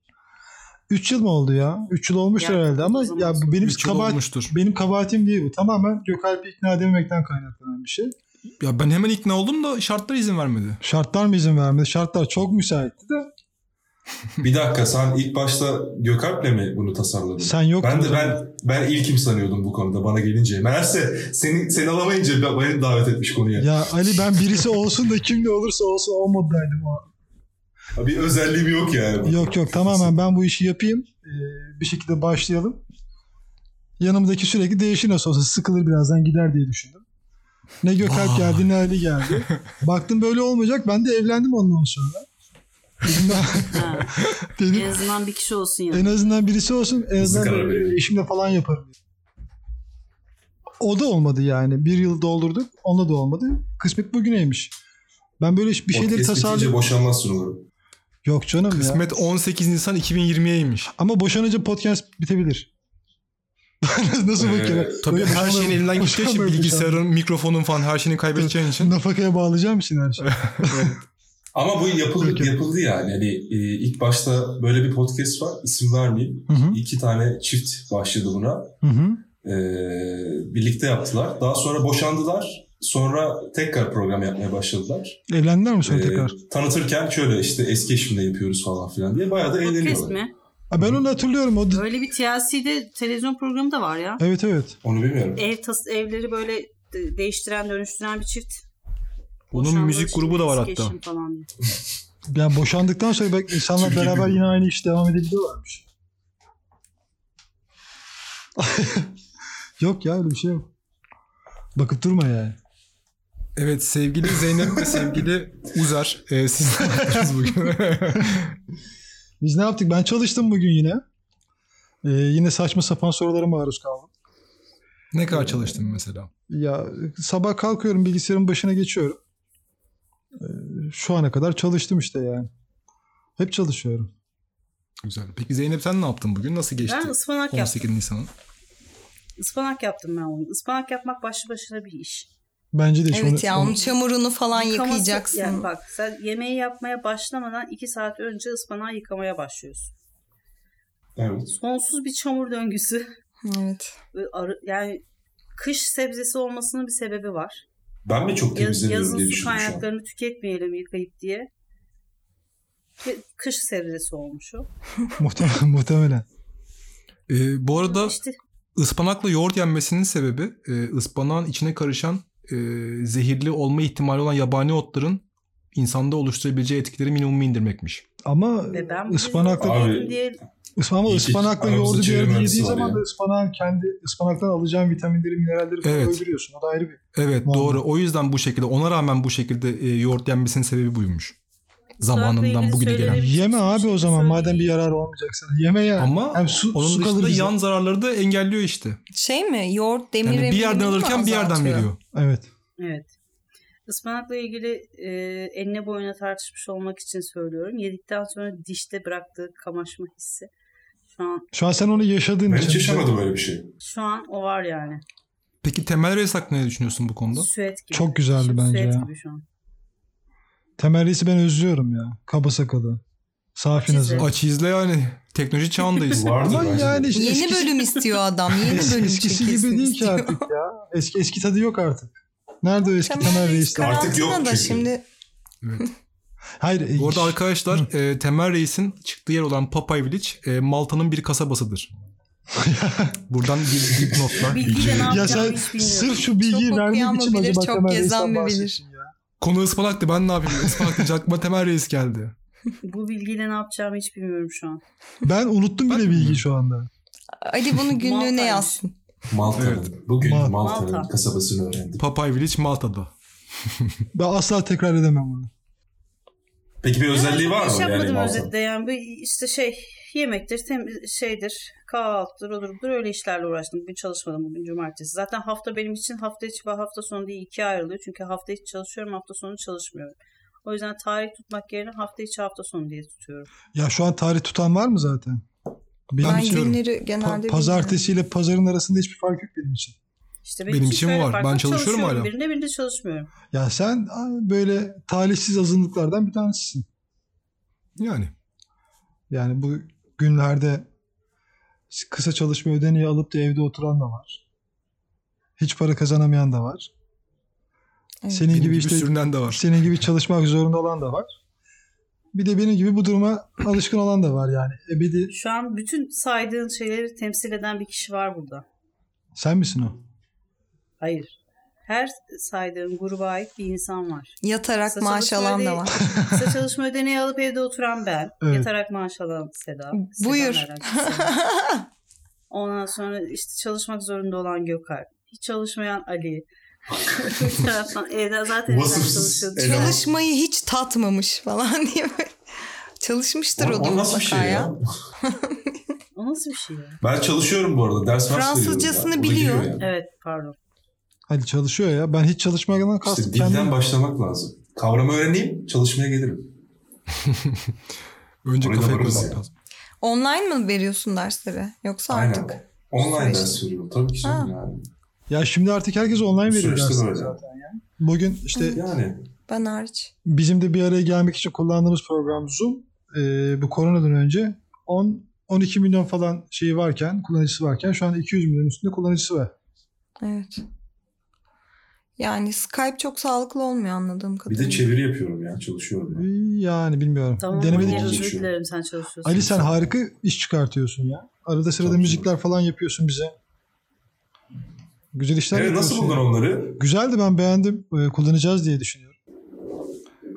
B: 3 yıl mı oldu ya? 3 yıl olmuştur
D: Ya,
B: herhalde ama
D: o zaman
B: ya bu benim
F: Üç yıl
B: kabahat
F: olmuştur.
B: benim kabahatim değil bu. Tamamen Gökalp'i ikna edememekten kaynaklanan bir şey.
F: Ya ben hemen ikna oldum da şartlar izin vermedi.
B: Şartlar mı izin vermedi? Şartlar çok müsaitti de
E: Bir dakika sen ilk başta Gökalp'le mi bunu tasarladın?
B: sen yoktun.
E: ben
B: o
E: de
B: zaman.
E: ben ben ilkim sanıyordum bu konuda bana gelince. Meğerse seni seni alamayınca ben- beni davet etmiş konuya.
B: Ya Ali ben birisi olsun da kim ne olursa olsun o moddaydım o.
E: Bir özelliğim yok yani.
B: Yok yok tamamen ben bu işi yapayım. Ee, bir şekilde başlayalım. Yanımdaki sürekli değişir nasıl olsa sıkılır birazdan gider diye düşündüm. Ne Gökalp
F: Vay.
B: geldi ne Ali geldi. Baktım böyle olmayacak ben de evlendim ondan sonra. Dedim ben-
D: Ha, en
B: dedim,
D: azından bir kişi olsun ya.
B: en azından birisi olsun en azından
E: karar
B: böyle
E: verelim.
B: eşimle falan yaparım. dedim. O da olmadı yani. Bir yıl doldurduk. Onunla da olmadı. Kısmet bugüneymiş. Ben böyle bir şeyleri
E: Podcast bitince
B: tasarlıyorum.
E: boşanmazsın umarım.
B: Yok canım ya.
F: Kısmet 18 Nisan 2020'yeymiş.
B: Ama boşanınca podcast bitebilir. Nasıl
E: Ee,
B: bakıyor?
F: Tabii
B: Böyle
F: her
B: boşanma-
F: şeyin elinden gittiği için
B: boşanma yapacağım.
F: bilgisayarın, mikrofonun falan her şeyini kaybedeceğin için.
B: Nafakaya bağlayacağım için her şeyi.
E: Ama bu yapıldı,
B: Peki.
E: yapıldı yani. Hani, e, ilk başta böyle bir podcast var. İsim vermeyeyim.
B: Hı hı,
E: İki tane çift başladı buna.
B: hı hı.
E: E, birlikte yaptılar. Daha sonra boşandılar. Sonra tekrar program yapmaya başladılar.
B: Evlendiler mi sonra
E: E,
B: tekrar?
E: Tanıtırken şöyle işte eski eşimle yapıyoruz falan filan diye. Bayağı da
D: Podcast
E: eğleniyorlar.
D: mi?
B: Ha, ben onu hatırlıyorum. O di-
D: Öyle bir TLC'de televizyon programı da var ya.
B: Evet evet.
E: Onu bilmiyorum.
D: Ev tas evleri böyle de- değiştiren dönüştüren bir çift.
F: Bunun
D: Boşandığı
F: müzik
D: için
F: grubu da var
D: eski
F: hatta.
D: eşim Falan diye.
B: Yani boşandıktan sonra belki insanlar
E: Türkiye
B: beraber
E: gibi.
B: yine aynı iş devam edebiliyorlarmış. yok ya öyle bir şey yok. Bakıp durma yani.
F: Evet sevgili Zeynep ve sevgili Uzer. E, siz ne yaptınız bugün?
B: Biz ne yaptık? Ben çalıştım bugün yine. Ee, yine saçma sapan sorulara maruz kaldım.
F: ne kadar çalıştın mesela?
B: Ya sabah kalkıyorum bilgisayarın başına geçiyorum. Ee, Şu ana kadar çalıştım işte yani. Hep çalışıyorum.
F: Güzel. Peki Zeynep sen ne yaptın bugün? Nasıl geçti?
D: Ben ıspanak yaptım.
F: 18 Nisan'ın.
D: Ispanak yaptım ben onu. Ispanak yapmak başlı başına bir iş.
B: Bence de hiç
C: Evet
B: onu-
C: ya
B: onu-
C: onun çamurunu falan
D: Yıkaması-
C: yıkayacaksın.
D: Yani bak sen yemeği yapmaya başlamadan iki saat önce ıspanağı yıkamaya başlıyorsun.
E: Evet.
D: Sonsuz bir çamur döngüsü.
C: Evet.
D: Ve arı- Yani kış sebzesi olmasının bir sebebi var.
E: Ben mi çok
D: Yaz,
E: temizlemiyorum
D: yazın
E: diye
D: su
E: düşündüm şu an.
D: kaynaklarını tüketmeyelim yıkayıp diye. Ve Kış sebzesi olmuş o.
B: Muhtemelen, muhtemelen.
F: Ee, bu arada
D: İşte
F: ıspanakla yoğurt yenmesinin sebebi e, ıspanağın içine karışan e, zehirli olma ihtimali olan yabani otların insanda oluşturabileceği etkileri minimuma indirmekmiş.
B: Ama
D: ve ben bu
B: ıspanakla
E: Abi,
D: yedim diye
B: ıspanakla,
E: iyi ki
B: ıspanakla
E: aramızda
B: yoğurdu bir arada
E: çeviri
B: yediği
E: mühendisi var
B: zaman
E: ya.
B: da ıspanağın kendi ıspanaktan alacağın vitaminleri, mineralleri falan
F: Evet.
B: öldürüyorsun. O da ayrı bir.
F: Evet
B: Vallahi.
F: doğru. O yüzden bu şekilde ona rağmen bu şekilde e, yoğurt yenmesinin sebebi buymuş. Zamanından
D: ilgili
F: bugüne gelen.
D: söylenebilir. Evet,
B: Yeme
D: hiçbir
B: abi
D: şey
B: o zaman madem
D: söyleyeyim.
B: bir yararı olmayacaksa. Yeme ya.
F: Ama
B: Hem su,
F: Onun
B: su kalır
F: dışında
B: bize.
F: yan zararları da engelliyor işte.
C: Şey mi? Yoğurt demir
F: Yani bir yerden
C: emilimini mi
F: alırken bir yerden
C: azaltıyor?
F: veriyor.
B: Evet.
D: Evet. Ispanakla ilgili e, enine boyuna tartışmış olmak için söylüyorum. Yedikten sonra dişte bıraktığı kamaşma hissi. Şu an
B: Şu an sen onu yaşadığın
E: Ben
B: için.
E: hiç yaşamadım öyle bir şey.
D: şu an o var yani.
F: Peki Temel Reis hakkında ne düşünüyorsun bu konuda?
D: Süet gibi.
B: Çok güzeldi
D: Şu-
B: bence
D: Süet
B: ya.
D: gibi şu an.
B: Temel Reis'i ben özlüyorum ya. Kaba sakalı. Safi
D: Çizim.
B: nazar.
F: Aç izle yani. Teknoloji çağındayız.
E: Vardır
B: Ama
E: bence.
B: yani işte
C: Yeni
B: eskisi-
C: bölüm istiyor adam. Yeni
B: Es-
C: bölüm
B: eskisi
C: çekilsin
B: gibi değil ki
C: istiyor.
B: artık ya. Eski eski tadı yok artık. Nerede o eski Temel Reis? tadı?
E: karar- Artık yok
C: karantinada
E: çünkü.
C: şimdi.
B: Hayır.
F: bu arada
B: e,
F: arkadaşlar e, Temel Reis'in çıktığı yer olan Papay Village e, Malta'nın bir kasabasıdır. Buradan bir dip notla.
D: Bilgiyle ne
B: ya sen
D: yapacağımı hiç bilmiyorum.
B: sırf şu bilgiyi
C: Çok okuyan
B: vermek
C: mı
B: için
C: bilir,
B: acaba
C: çok
B: Temel
C: gezen
B: Reis'ten
C: mi bilir?
B: bahsettin ya.
F: Konu ıspanaktı ben ne yapayım? Ispanaktı aklıma Temel Reis geldi.
D: Bu bilgiyle ne yapacağımı hiç bilmiyorum şu an.
B: Ben unuttum
F: Ben
B: bile
F: de
B: bilgi
F: bilmiyorum.
B: şu anda.
C: Hadi bunu günlüğüne
D: Maltaymış.
C: yazsın.
E: Malta'nın. Bugün
B: Malta.
E: Malta'nın
D: Malta.
E: kasabasını öğrendim.
F: Papay Village Malta'da.
B: Ben asla tekrar edemem bunu.
E: Peki bir özelliği
D: Yani
E: var
D: hiç
E: mı yani
D: yapmadım
E: Malta'nın?
D: özetle yani bu işte şey yemektir, temiz şeydir, kahvaltıdır, odur budur öyle işlerle uğraştım. Bugün çalışmadım, bugün cumartesi. Zaten hafta benim için hafta içi ve hafta sonu diye ikiye ayrılıyor. Çünkü hafta içi çalışıyorum, hafta sonu çalışmıyorum. O yüzden tarih tutmak yerine hafta içi hafta sonu diye tutuyorum.
B: Ya şu an tarih tutan var mı zaten? Benim
C: Ben
B: için
C: günleri
B: pa-
C: genelde
B: pazartesi ile pazarın arasında hiçbir fark yok benim için.
D: İşte
F: Benim
D: için
F: için
D: şöyle
F: var.
D: fark
F: Ben çalışıyorum hala.
D: Birinde birinde çalışmıyorum.
B: Ya sen a, böyle talihsiz azınlıklardan bir tanesisin.
F: Yani.
B: Yani bu günlerde kısa çalışma ödeneği alıp da evde oturan da var. Hiç para kazanamayan da var.
C: Evet.
B: Senin
F: Benim
B: gibi,
F: gibi
B: işte
F: sürünen de var.
B: senin gibi çalışmak zorunda olan da var. Bir de benim gibi bu duruma alışkın olan da var yani. E Ebedi
D: Şu an bütün saydığın şeyleri temsil eden bir kişi var burada.
B: sen misin o?
D: Hayır. Her saydığın gruba ait bir insan var.
C: Yatarak
D: Kısa
C: maaş
D: çalışma
C: alan
D: ödeneği-
C: da var.
D: Kısa çalışma ödeneği alıp evde oturan ben.
B: Evet.
D: Yatarak maaş alan Seda. Seda
C: Buyur.
D: nereden çıktı? Ondan sonra işte çalışmak zorunda olan Gökhan. Hiç çalışmayan Ali. Bir taraftan evden zaten evden
E: Vasıfsız
D: çalışıyordu.
E: Ela.
D: Çalış-
C: Çalışmayı hiç tatmamış falan diye böyle. Çalışmıştır
E: O,
C: o da
E: o nasıl bir şey
C: mutlaka
E: ya?
C: ya.
D: O nasıl bir şey ya?
E: Ben çalışıyorum bu arada. Ders mers veriyorum
C: Fransızcasını
E: ya. O da
C: biliyor.
E: giriyor yani.
D: Evet pardon.
B: Hadi çalışıyor ya. Ben hiç çalışmadan kastım
E: İşte dilden
B: kendim.
E: başlamak lazım. Kavramı öğreneyim, çalışmaya gelirim.
F: Önce
E: Oraya da
F: kafaya
E: varırız
F: koymak
E: ya.
F: lazım.
C: Online mı veriyorsun dersleri? Yoksa artık
E: Aynen. Online ders veriyorum. Tabii ki canım yani.
B: Ya şimdi artık herkes online veriyor
E: Süreçte
B: dersleri
E: böyle.
B: zaten ya. Bugün işte
E: Yani
C: ben hariç.
B: bizim de bir araya gelmek için kullandığımız program Zoom e, bu koronadan önce 10 12 milyon falan şeyi varken, kullanıcısı varken şu an 200 milyon üstünde kullanıcısı var.
C: Evet. Yani Skype çok sağlıklı olmuyor anladığım
E: bir
C: kadarıyla.
E: de çeviri yapıyorum ya. Çalışıyorum. ben.
B: Yani bilmiyorum.
D: Tamam.
B: Denemedik. şey.
D: Ali,
E: ki.
D: Özür dilerim sen çalışıyorsun.
B: Ali sen harika iş çıkartıyorsun ya. Arada sırada
E: Çok
B: müzikler falan yapıyorsun bize. Güzel işler
E: Evet,
B: yapıyorsun.
E: nasıl buldun
B: ya.
E: onları?
B: Güzeldi ben beğendim. Ee, Kullanacağız diye düşünüyorum.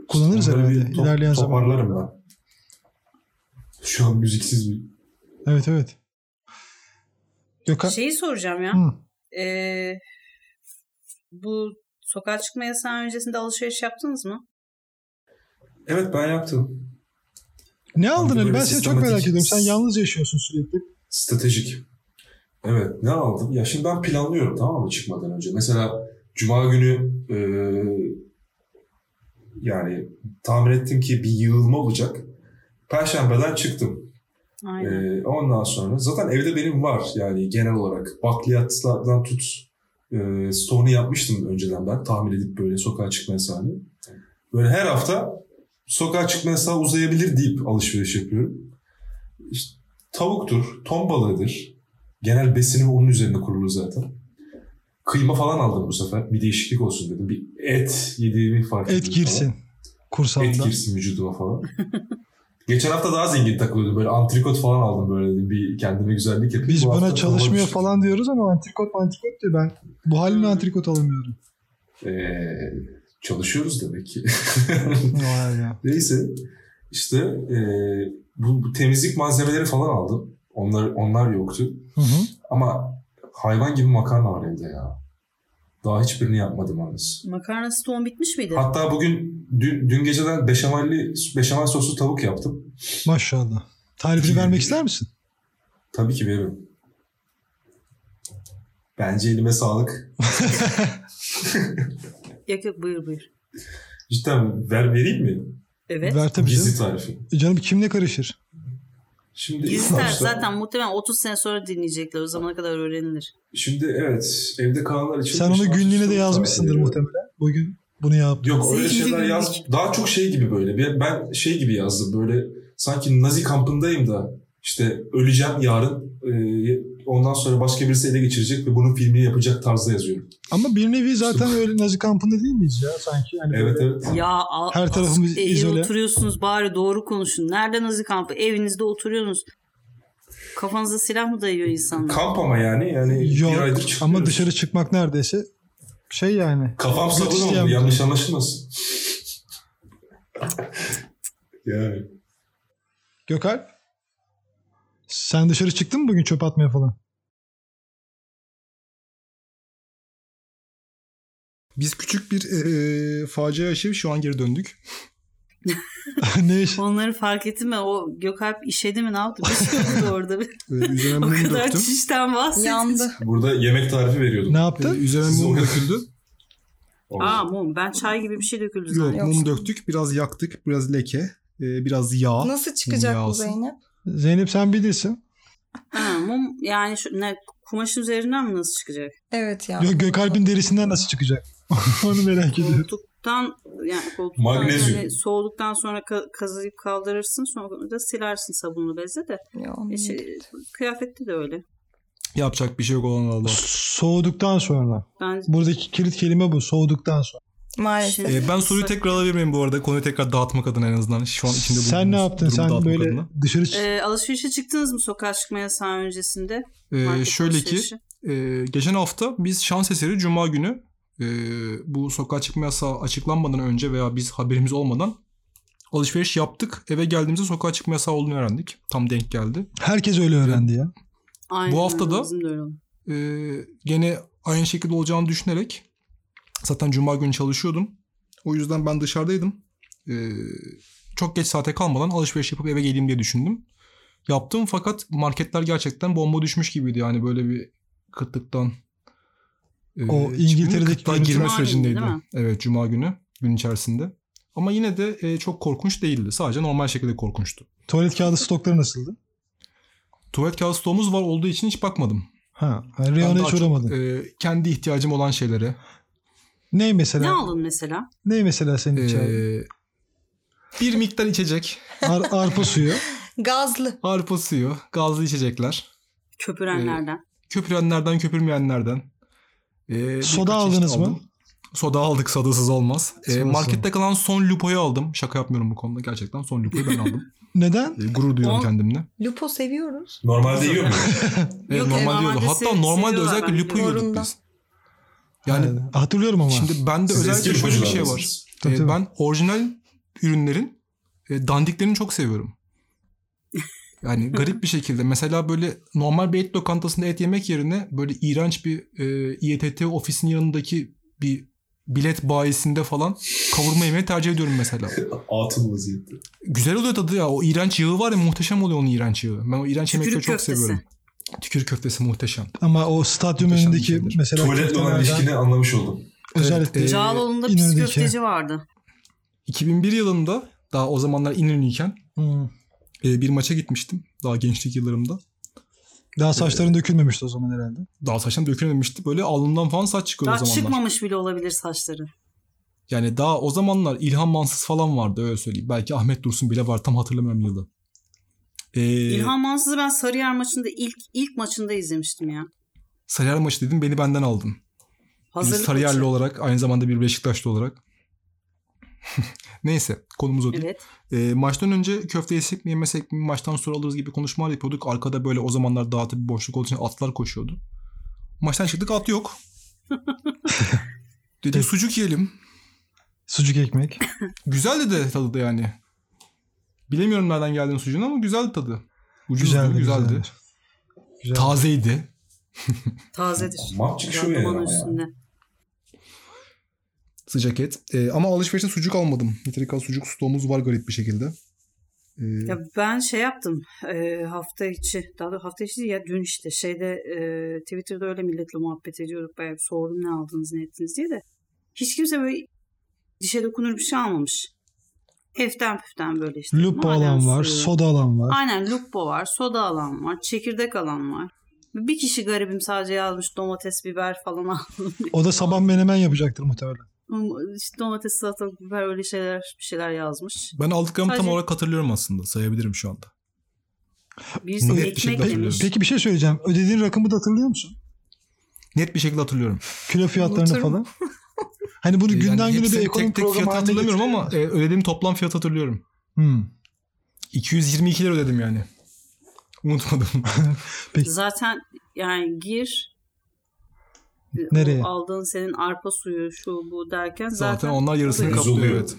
B: Kullanırız
E: Onları
B: herhalde
E: bir top-
B: ilerleyen zaman.
E: Toparlarım ben. Şu an müziksiz bir...
B: Evet evet. Gökhan.
D: Şeyi soracağım ya.
B: Hı.
D: Ee, bu sokağa çıkma yasağı öncesinde alışveriş yaptınız mı?
E: Evet ben yaptım.
B: Ne aldın
E: Böyle
B: Ali? Ben seni çok
E: sistematik-
B: merak ediyorum. Sen yalnız yaşıyorsun sürekli.
E: Stratejik. Evet ne aldım? Ya şimdi ben planlıyorum tamam mı çıkmadan önce. Mesela Cuma günü e, yani tahmin ettim ki bir yığılma olacak. Perşembeden çıktım.
D: Aynen.
E: Ee, ondan sonra zaten evde benim var yani genel olarak bakliyatlardan tut e, e, store'unu yapmıştım önceden ben. Tahmin edip böyle sokağa çıkma hesabını. Böyle her hafta sokağa çıkma hesabı uzayabilir deyip alışveriş yapıyorum. İşte tavuktur, ton balığıdır. Genel besini onun üzerine kurulu zaten. Kıyma falan aldım bu sefer. Bir değişiklik olsun dedim. Bir et yediğimi fark ettim.
B: Et girsin. Kursamda.
E: Et girsin vücuduma falan. Geçen hafta daha zengin takılıyordum. Böyle antrikot falan aldım böyle bir kendime güzellik yapayım.
B: Biz
E: Bu
B: bana
E: hafta şey-
B: çalışmıyor
E: olmamıştı.
B: falan diyoruz ama antrikot antrikot diyor ben. Bu halimle antrikot alamıyorum.
E: Ee, çalışıyoruz demek ki.
B: Vay ya.
E: Neyse işte ee, bu, bu temizlik malzemeleri falan aldım. Onlar onlar yoktu.
B: Hı hı.
E: Ama hayvan gibi makarna var evde ya. Daha hiçbirini yapmadım henüz.
D: Makarna stoğun bitmiş miydi?
E: Hatta bugün dün, dün geceden beşamelli beşamel soslu tavuk yaptım.
B: Maşallah. Tarifini vermek ister misin?
E: Tabii ki veririm. Bence elime sağlık.
D: Yok yok buyur buyur.
E: Cidden ver vereyim mi?
D: Evet.
B: Ver tabii
E: Gizli
B: canım.
E: tarifi.
B: E canım kimle karışır?
E: Şimdi ilk
D: Gizler
E: başta-
D: zaten muhtemelen 30 sene sonra dinleyecekler. O zamana kadar öğrenilir.
E: Şimdi evet evde kalanlar için...
B: Sen onu
E: beşamel
B: günlüğüne
E: soslu
B: de
E: tavuk
B: yazmışsındır
E: veriyorum.
B: muhtemelen. Bugün bunu yaptım.
E: Yok öyle
D: Zehirli
E: şeyler yaz.
D: günlük.
E: Daha çok şey gibi böyle. Ben, ben şey gibi yazdım böyle sanki Nazi kampındayım da işte öleceğim yarın. Ee, ondan sonra başka birisi ele geçirecek ve bunun filmini yapacak tarzda yazıyorum.
B: Ama bir nevi zaten öyle Nazi kampında değil miyiz ya sanki? Hani
E: Evet
B: böyle-
E: evet.
D: Ya al,
B: Her tarafımız
D: as- e,
B: izole.
D: Oturuyorsunuz bari doğru konuşun. Nerede Nazi kampı? Evinizde oturuyorsunuz. Kafanıza silah mı dayıyor insanlar?
E: Kamp ama yani. Yani bir
B: Yok
E: aydır çıkmıyoruz.
B: ama dışarı çıkmak neredeyse şey yani.
E: Kafam
B: Hiç
E: sabun oldu
B: isteyen-
E: yanlış anlaşılmasın. yani.
B: Gökalp sen dışarı çıktın mı bugün çöp atmaya falan?
F: Biz küçük bir e, e, facia yaşayıp şu an geri döndük.
B: ne iş?
D: Onları fark ettim mi? O Gökalp işedi mi ne yaptı? Bir şey oldu orada.
F: E,
D: o
F: üzerine mum
D: kadar
F: döktüm.
D: çişten bahsettim.
C: Yandı.
E: Burada yemek tarifi veriyordum.
B: Ne
F: E,
B: yaptın?
F: üzerine
E: Siz
F: mum
E: o-
F: döküldü.
E: Olmadı.
D: Aa mum. Ben çay gibi bir şey döküldü
F: Yok
D: zannettim.
F: mum döktük. Biraz yaktık. Biraz leke. e, biraz yağ.
C: Nasıl çıkacak
F: Mum
C: bu
F: yağsın.
C: Zeynep?
B: Zeynep sen bilirsin.
D: Ha, mum yani şu, ne, kumaşın üzerinden mi nasıl çıkacak?
C: Evet ya.
B: Gö- Gökalp'in derisinden nasıl çıkacak? Onu merak ediyorum.
D: Koltuktan yani koltuktan
E: Magnezyum.
D: yani soğuduktan sonra ka- kazıyıp kaldırırsın sonra da silersin sabunlu bezle de.
C: Ya,
D: E, şey, kıyafette de öyle.
F: Yapacak bir şey yok olan Allah.
B: Soğuduktan sonra.
D: Ben
B: Buradaki kilit kelime bu. Soğuduktan sonra.
C: Maalesef.
D: Şey-
F: E, ben soruyu tekrar alabilir miyim bu arada? Konuyu tekrar dağıtmak adına en azından. Şu an içinde
B: Sen ne
F: bulunduğumuz
B: yaptın?
F: durumu
B: Sen
F: dağıtmak
B: böyle
F: adına.
B: dışarı çık-
D: e, alışverişe çıktınız mı sokağa çıkma yasağı öncesinde?
F: E,
D: Market
F: şöyle ki
D: alışverişi.
F: e, geçen hafta biz şans eseri Cuma günü e, bu sokağa çıkma yasağı açıklanmadan önce veya biz haberimiz olmadan alışveriş yaptık. Eve geldiğimizde sokağa çıkma yasağı olduğunu öğrendik. Tam denk geldi.
B: Herkes öyle öğrendi ya.
D: Aynen,
F: Bu hafta da-
D: bizim de öyle oldu.
F: Ee, gene aynı şekilde olacağını düşünerek zaten cuma günü çalışıyordum. O yüzden ben dışarıdaydım. Ee, çok geç saate kalmadan alışveriş yapıp eve geleyim diye düşündüm. Yaptım fakat marketler gerçekten bomba düşmüş gibiydi yani böyle bir kıtlıktan. e,
B: O İngiltere'deki
F: kıtlığa
B: görüntü-
F: girme
D: Cuma günü
F: sürecindeydi.
D: değil mi?
F: Evet cuma günü gün içerisinde. Ama yine de e, çok korkunç değildi. Sadece normal şekilde korkunçtu.
B: Tuvalet kağıdı stokları nasıldı?
F: Tuvalet kağıdı stoğumuz var olduğu için hiç bakmadım.
B: Ha, yani reyona
F: Ben daha
B: hiç
F: çok,
B: uğramadın.
F: e, kendi ihtiyacım olan şeylere,
B: Ney
D: Ne
B: mesela?
D: aldın mesela?
B: Ney mesela senin
F: Ee,
B: için?
F: bir miktar içecek,
B: Ar- arpa suyu.
C: Gazlı.
F: arpa suyu, gazlı içecekler,
D: Köpürenlerden.
F: köpürenlerden köpürmeyenlerden. Ee,
B: Soda
F: birkaç çeşit
B: aldınız mı?
F: aldım. Soda aldık, sodasız olmaz. Ee,
B: Sodası.
F: markette kalan son lupoyu aldım. Şaka yapmıyorum bu konuda gerçekten. Son lupoyu ben aldım.
B: Neden?
F: Ee, gurur duyuyorum
D: On-
F: kendimle.
C: Lupo seviyoruz.
E: Normalde yiyor muyum?
F: Ee,
D: Yok,
F: normalde
D: normalde
F: yiyordu. Hatta
D: se-
F: normalde
D: seviyorlar
F: özellikle
D: bence.
F: lupo yiyorduk
C: Zorunda.
F: biz. Yani
B: Yani Ee, hatırlıyorum ama.
F: şimdi bende
E: Siz
F: özellikle
E: eski
F: şöyle bir şey var.
E: çocuklardasınız.
B: Tabii,
F: Ee,
B: tabii.
F: ben orijinal ürünlerin e, dandiklerini çok seviyorum. Yani garip bir şekilde mesela böyle normal bir et lokantasında et yemek yerine böyle iğrenç bir e, İETT ofisinin yanındaki bir bilet bayisinde falan kavurma yemeği tercih ediyorum mesela.
E: Atıl vaziyette.
F: Güzel oluyor tadı ya. O iğrenç yağı var ya muhteşem oluyor onun iğrenç yağı. Ben o iğrenç yemekleri
D: Tükürük
F: çok
D: köftesi.
F: seviyorum. Tükür köftesi muhteşem.
B: Ama o stadyum
F: Muhteşem bir
B: önündeki
F: şeydir.
B: mesela
E: Tuvaletle olan
B: köftelerden
E: ilişkini anlamış oldum.
B: özellikle
F: Evet, e,
D: Cağaloğlu'nda pis
B: İnönü'deki-
D: köfteci vardı.
F: 2001 yılında daha o zamanlar İnönü'yken
B: Hı.
F: E, bir maça gitmiştim daha gençlik yıllarımda.
B: Daha saçların dökülmemişti o zaman herhalde.
F: Daha saçlarım dökülmemişti. Böyle alnından falan saç çıkıyor
D: Daha
F: o zamanlar.
D: çıkmamış bile olabilir saçları.
F: Yani daha o zamanlar İlhan Mansız falan vardı öyle söyleyeyim. Belki Ahmet Dursun bile var tam hatırlamıyorum yılda. Ee,
D: İlhan Mansız'ı ben Sarıyer maçında ilk ilk maçında izlemiştim ya.
F: Sarıyer maçı dedim beni benden aldın. Biz
D: Hazırlık
F: Sarıyerli
D: maçı.
F: olarak aynı zamanda bir Beşiktaşlı olarak. Neyse konumuz o değil.
D: Evet.
F: Ee, maçtan önce köfte yesek mi yemesek mi maçtan sonra alırız gibi konuşmalar yapıyorduk. Arkada böyle o zamanlar daha tabii boşluk olduğu için atlar koşuyordu. Maçtan çıktık at yok. Dedik sucuk yiyelim.
B: Sucuk ekmek.
F: Güzeldi de tadı da yani. Bilemiyorum nereden geldiğini sucuğun ama güzeldi tadı. Ucuzdu,
B: Güzeldi,
F: güzeldi.
B: güzeldi. Güzel.
F: Tazeydi.
D: Tazedir.
E: Maç çıkışı
D: Ya,
E: ya.
D: duman üstünde.
F: Sıcak et. Ee, ama alışverişte sucuk almadım. Yeteri kadar sucuk stoğumuz var garip bir şekilde. Ee,
D: Ya ben şey yaptım e, hafta içi daha doğrusu hafta içi değil ya dün işte şeyde e, Twitter'da öyle milletle muhabbet ediyorduk bayağı bir sordum ne aldınız ne ettiniz diye de hiç kimse böyle dişe dokunur bir şey almamış. Eften püften böyle işte.
B: Lupa
D: maden
B: alan var,
D: suyu.
B: soda alan var.
D: Aynen lupo var, soda alan var, çekirdek alan var. Bir kişi garibim sadece yazmış domates, biber falan al.
B: O da sabah menemen yapacaktır muhtemelen.
D: İşte domates, salatalık, biber öyle şeyler bir şeyler yazmış.
F: ben aldıklarımı tam
D: Sadece-
F: olarak hatırlıyorum aslında. Sayabilirim şu anda.
D: Birisi
F: Net bir
D: ekmek
F: şekilde
D: yemiş.
B: Peki bir şey söyleyeceğim. Ödediğin rakamı da hatırlıyor musun?
F: Net bir şekilde hatırlıyorum.
B: Kilo fiyatlarını
C: Unuturum.
B: falan. Hani bunu
F: Ee,
B: günden
F: yani
B: güne de
F: hepsini
B: ekonomi
F: tek tek
B: programı
F: fiyat
B: haline
F: hatırlamıyorum
B: getirelim.
F: ama e, ödediğim toplam fiyat hatırlıyorum.
B: Hmm.
F: 222 lira ödedim yani. Unutmadım.
D: Zaten yani gir
B: Nereye?
D: o aldığın senin arpa suyu şu bu derken zaten,
F: Zaten onlar yarısını
E: Ucuz
F: kaplıyor.
E: oluyor.
F: Evet.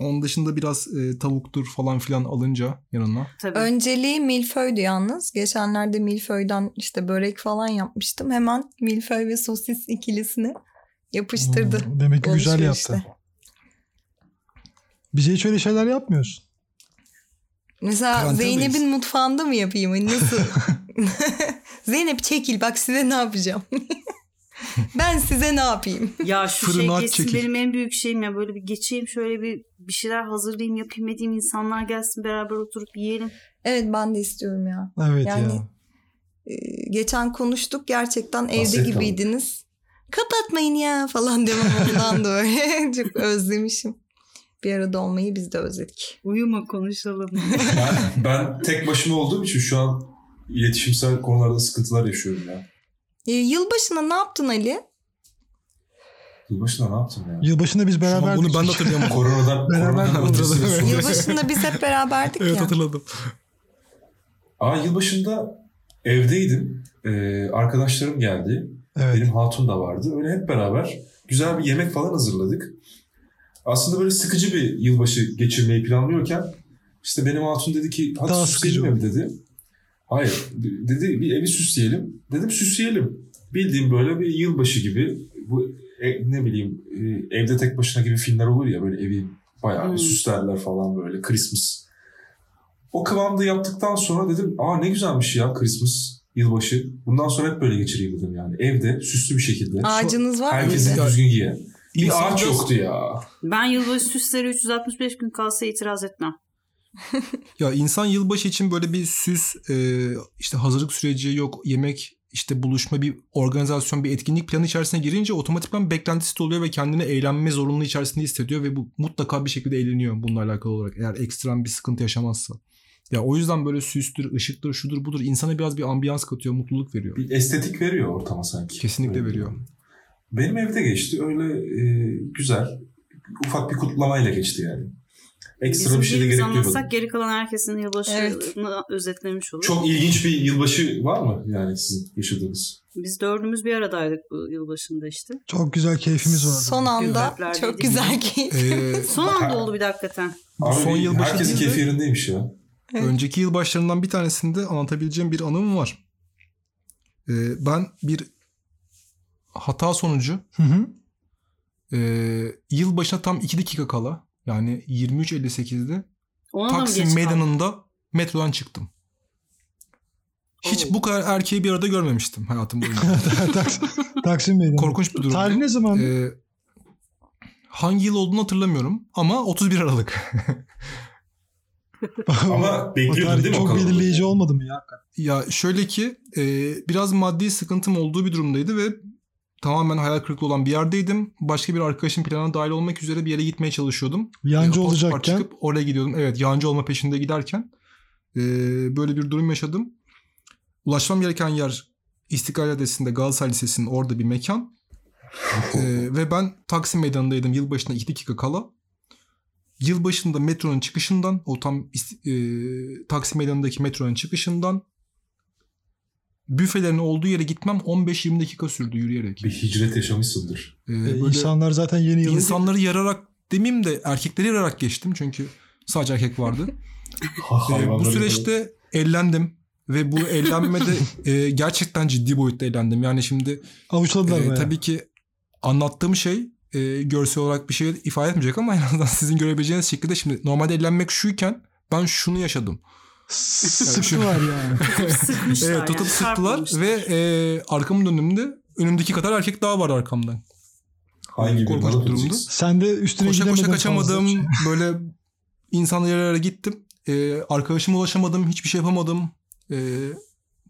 F: Onun dışında biraz e, tavuktur falan filan alınca yanına.
D: tabii
C: Önceliği milföydü yalnız. Geçenlerde milföyden işte börek falan yapmıştım. Hemen milföy ve sosis ikilisini yapıştırdı.
B: Hmm, Demek ki güzel
C: Alışverişte.
B: yaptı. Bize hiç öyle şeyler yapmıyorsun.
C: Mesela
F: Karantinadayız.
C: Zeynep'in mutfağında mı yapayım? Hani Nasıl? Zeynep çekil bak size ne yapacağım. ben size ne yapayım?
D: ya şu
F: Fırına
D: şey geçsin
F: çekil.
D: benim en büyük şeyim ya böyle bir geçeyim şöyle bir bir şeyler hazırlayayım yapayım edeyim insanlar gelsin beraber oturup yiyelim.
C: Evet ben de istiyorum ya.
B: Evet
C: Yani-
B: ya.
C: Ee, geçen konuştuk gerçekten evde
E: Hasret kaldık.
C: gibiydiniz. Kapatmayın ya falan demem ondan da öyle. Çok özlemişim. Bir arada olmayı biz de özledik.
D: Uyuma konuşalım.
E: ben, ben tek başıma olduğum için şu an iletişimsel konularda sıkıntılar yaşıyorum ya.
C: Ee, yılbaşına ne yaptın Ali?
E: Yılbaşında ne yaptım ya?
B: Yılbaşında biz
F: Şu an
B: beraber
F: bunu ben de hatırlayamadım.
E: Koronadan,
B: Beraber
E: koronadan şey
F: hatırladım,
E: öncesinin
F: evet.
E: sonu-
C: Yılbaşında biz hep beraberdik
F: evet
C: ya.
F: hatırladım.
E: Aa yılbaşında evdeydim. Ee, arkadaşlarım geldi.
B: Evet.
E: Benim hatun da vardı. Öyle hep beraber güzel bir yemek falan hazırladık. Aslında böyle sıkıcı bir yılbaşı geçirmeyi planlıyorken işte benim hatun dedi ki hadi
B: Daha
E: süsleyelim
B: sıkıcı
E: evi dedi. Hayır dedi bir evi süsleyelim. Dedim süsleyelim. Bildiğim böyle bir yılbaşı gibi bu e, ne bileyim e, evde tek başına gibi filmler olur ya böyle evi bayağı bir
D: Hmm.
E: süslerler falan böyle Christmas. O kıvamda yaptıktan sonra dedim aa ne güzelmiş ya Christmas yılbaşı. Bundan sonra hep böyle geçireyim dedim yani. Evde süslü bir şekilde.
C: Ağacınız var
E: Herkesin
C: mıydı?
F: mıydı?
E: düzgün giyen. Bir
F: İnsan
E: ağaç
F: biraz-
E: yoktu ya.
D: ben yılbaşı süsleri 365 gün kalsa itiraz etmem.
F: Ya insan yılbaşı için böyle bir süs, e, işte hazırlık süreci yok, yemek, işte buluşma, bir organizasyon, bir etkinlik planı içerisine girince otomatikman beklentisi de oluyor ve kendini eğlenme zorunluluğu içerisinde hissediyor ve bu mutlaka bir şekilde eğleniyor bununla alakalı olarak eğer ekstrem bir sıkıntı yaşamazsa. Ya o yüzden böyle süstür, ışıktır, şudur budur insana biraz bir ambiyans katıyor, mutluluk veriyor.
E: Bir estetik veriyor ortama sanki.
F: Kesinlikle
E: Öyle.
F: veriyor.
E: Benim evde geçti. Öyle e, güzel. Ufak bir kutlamayla geçti yani. Ekstra
D: Bizim
E: bir şey de
D: birimiz
E: gerek duymadım.
D: anlatsak geri kalan herkesin yılbaşını
C: Evet.
D: özetlemiş olur.
E: Çok ilginç bir yılbaşı var mı yani sizin yaşadığınız?
D: Biz dördümüz bir aradaydık bu yılbaşında işte.
B: Çok güzel keyfimiz vardı.
C: Son anda
D: Güzellerdi
C: çok
D: değil mi?
C: güzel keyif.
F: Ee,
D: Son anda oldu bir de hakikaten.
F: Bu
E: Abi
F: son
E: bir-
F: yılbaşı
E: Herkesin
F: değil de-
E: keyfi yerindeymiş ya.
C: Evet.
F: Önceki yıl başlarından bir tanesinde anlatabileceğim bir anım var. Ee, ben bir hata sonucu
B: Hı hı.
F: e, yılbaşına tam 2 dakika kala yani 23.58'de
D: Ona da mı geç
F: Taksim
D: kaldın?
F: meydanında metrodan çıktım. Hiç
D: Oo.
F: bu kadar erkeği bir arada görmemiştim hayatım boyunca.
B: Taksim, Taksim Meydanı.
F: Korkunç bir durum.
B: Tarih ne zaman?
F: Ee, hangi yıl olduğunu hatırlamıyorum ama 31 Aralık.
E: Ama bekliyordun
B: tarih
E: değil mi o
B: Çok
E: kalabalığı?
B: belirleyici olmadı mı ya?
F: Ya şöyle ki e, biraz maddi sıkıntım olduğu bir durumdaydı ve tamamen hayal kırıklığı olan bir yerdeydim. Başka bir arkadaşın plana dahil olmak üzere bir yere gitmeye çalışıyordum.
B: Yancı
F: E, apar topar
B: olacakken
F: çıkıp oraya gidiyordum. Evet yancı olma peşinde giderken e, böyle bir durum yaşadım. Ulaşmam gereken yer İstiklal Adresi'nde Galatasaray Lisesi'nin orada bir mekan. E, ve ben Taksim Meydanı'ndaydım yılbaşına 2 dakika kala. Yılbaşında metronun çıkışından o tam ist- e, Taksim Meydanı'ndaki metronun çıkışından büfelerin olduğu yere gitmem 15-20 dakika sürdü yürüyerek.
E: Bir hicret yaşamışsındır.
F: E,
B: e,
F: böyle-
B: insanlar zaten yeni yılı
F: İnsanları yararak demeyeyim de erkekleri yararak geçtim çünkü sadece erkek vardı.
E: Ha,
F: Ee, bu
E: hayvanları-
F: süreçte ellendim ve bu ellenmede e, gerçekten ciddi boyutta ellendim. Yani şimdi e,
B: avuçladılar bayağı.
F: tabii ki anlattığım şey e, görsel olarak bir şey ifade etmeyecek ama en azından sizin görebileceğiniz şekilde şimdi normalde ellenmek şuyken ben şunu yaşadım.
B: Sıktılar yani.
D: Sıkmışlar
F: Evet, tutup
D: yani,
F: sıktılar
D: çarpmamışlar.
F: ve e, arkamı döndüğümde önümdeki kadar erkek daha var arkamdan.
E: Hangi bir
F: Korkunç
E: balık
F: durumdu.
E: olacaksın?
B: Sen de üstüne
F: koşa
B: gidemedin
F: koşa
B: fazla.
F: kaçamadım. böyle insanlara yere gittim. Ee, arkadaşıma ulaşamadım. Hiçbir şey yapamadım. Ee,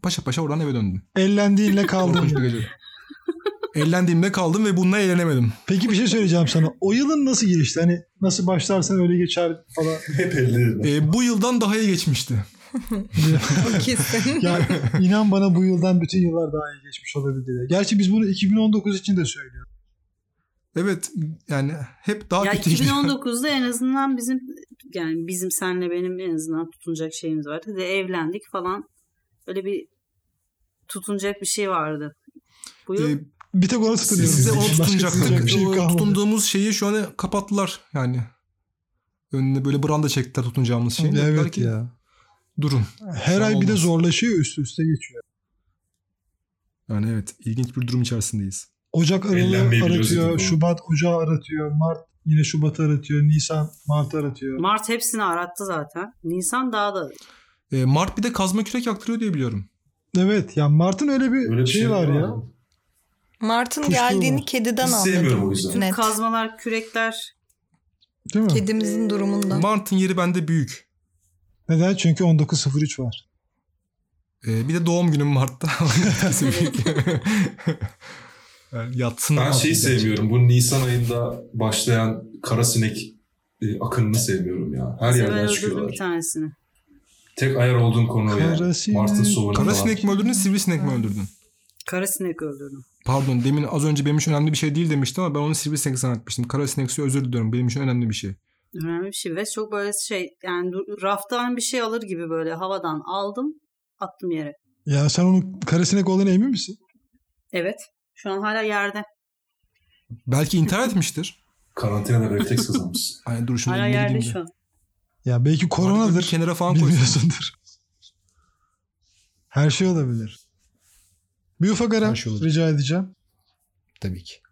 F: paşa paşa oradan eve döndüm.
B: Ellendiğinle kaldın.
F: Korkunç bir gece. Ellendiğimde kaldım ve bununla eğlenemedim.
B: Peki bir şey söyleyeceğim sana. O yılın nasıl girişti? Hani nasıl başlarsan öyle geçer falan.
E: Hep ellerinde.
F: Ee, bu yıldan daha iyi geçmişti.
C: Kesin.
B: Ya inan bana bu yıldan bütün yıllar daha iyi geçmiş olabilir. ya. Gerçi biz bunu 2019 için de söylüyoruz.
F: Evet yani hep daha
D: ya
F: kötü gidiyor.
D: 2019'da en azından bizim yani bizim senle benim en azından tutunacak şeyimiz vardı. Hadi evlendik falan. Öyle bir tutunacak bir şey vardı. Bu yıl
F: Ee,
B: Bir tek ona tutunuyoruz.
F: biz de onu
B: Başka tutunacak
F: tutunacaktık.
B: bir şey
F: O
B: kalmadı.
F: tutunduğumuz şeyi şu an kapattılar yani. Önüne böyle branda çektiler tutunacağımız şeyi. Dediler
B: Evet
F: ki,
B: ya.
F: Durun.
B: Her
F: Tam
B: ay bir de
F: olmaz.
B: zorlaşıyor üst üste geçiyor.
F: Yani evet ilginç bir durum içerisindeyiz.
B: Ocak
E: Ellenmeyi
B: aralığı
E: bile
B: aratıyor,
E: özledik onu.
B: Şubat ocağı aratıyor, Mart yine Şubat'ı aratıyor, Nisan Mart'ı aratıyor.
D: Mart hepsini arattı zaten. Nisan daha da
F: Ee, Mart bir de kazma kürek yaktırıyor diye biliyorum.
B: Evet ya Mart'ın öyle bir
E: Öyle bir
B: şey var ya.
C: Mart'ın
B: Kuşluğu
C: geldiğini
B: var.
C: kediden
E: Hiç
C: anladım.
E: sevmiyorum o yüzden.
C: Net.
D: kazmalar, kürekler
B: Değil mi?
C: Kedimizin durumunda.
F: Mart'ın yeri bende büyük.
B: Neden? Çünkü 19.03 var.
F: Ee, bir de doğum günüm Mart'ta. Etkisi büyük. yani yatsın.
E: Ben
F: altı
E: şeyi
F: gerçi.
E: sevmiyorum. Bu Nisan ayında başlayan kara sinek e, akınını sevmiyorum ya. Her
D: sever
E: yerden
D: öldürdü bir
E: çıkıyorlar.
D: tanesini.
E: Tek ayar olduğum konu o
B: Kara
E: yani.
B: sinek.
E: Mart'ın soğuğunu
F: Kara
E: falan.
F: sinek mi öldürdün, sivrisinek mi öldürdün?
D: Karasinek öldürdüm.
F: Pardon demin az önce benim için önemli bir şey değil demiştim ama ben onu sivrisinek zannetmiştim. Kara sinekse özür diliyorum. Benim için önemli bir şey.
D: Önemli bir şey ve çok böyle şey yani du- raftan bir şey alır gibi böyle havadan aldım attım yere.
B: Ya sen onun karesinek olduğuna emin misin?
D: Evet. Şu an hala yerde.
F: Belki intihar etmiştir.
E: Karantinada refleks kazanmışsın.
F: Hani dur şimdi
D: Hala
F: elimde
D: yerde
F: gideyim de.
D: şu an.
B: Ya belki
F: Artık böyle
B: koronadır.
F: bir Kenara falan koysun.
B: Bilmiyorsundur. Her şey olabilir. Bir ufak ara
F: Her şey olabilir.
B: rica edeceğim.
F: Tabii ki.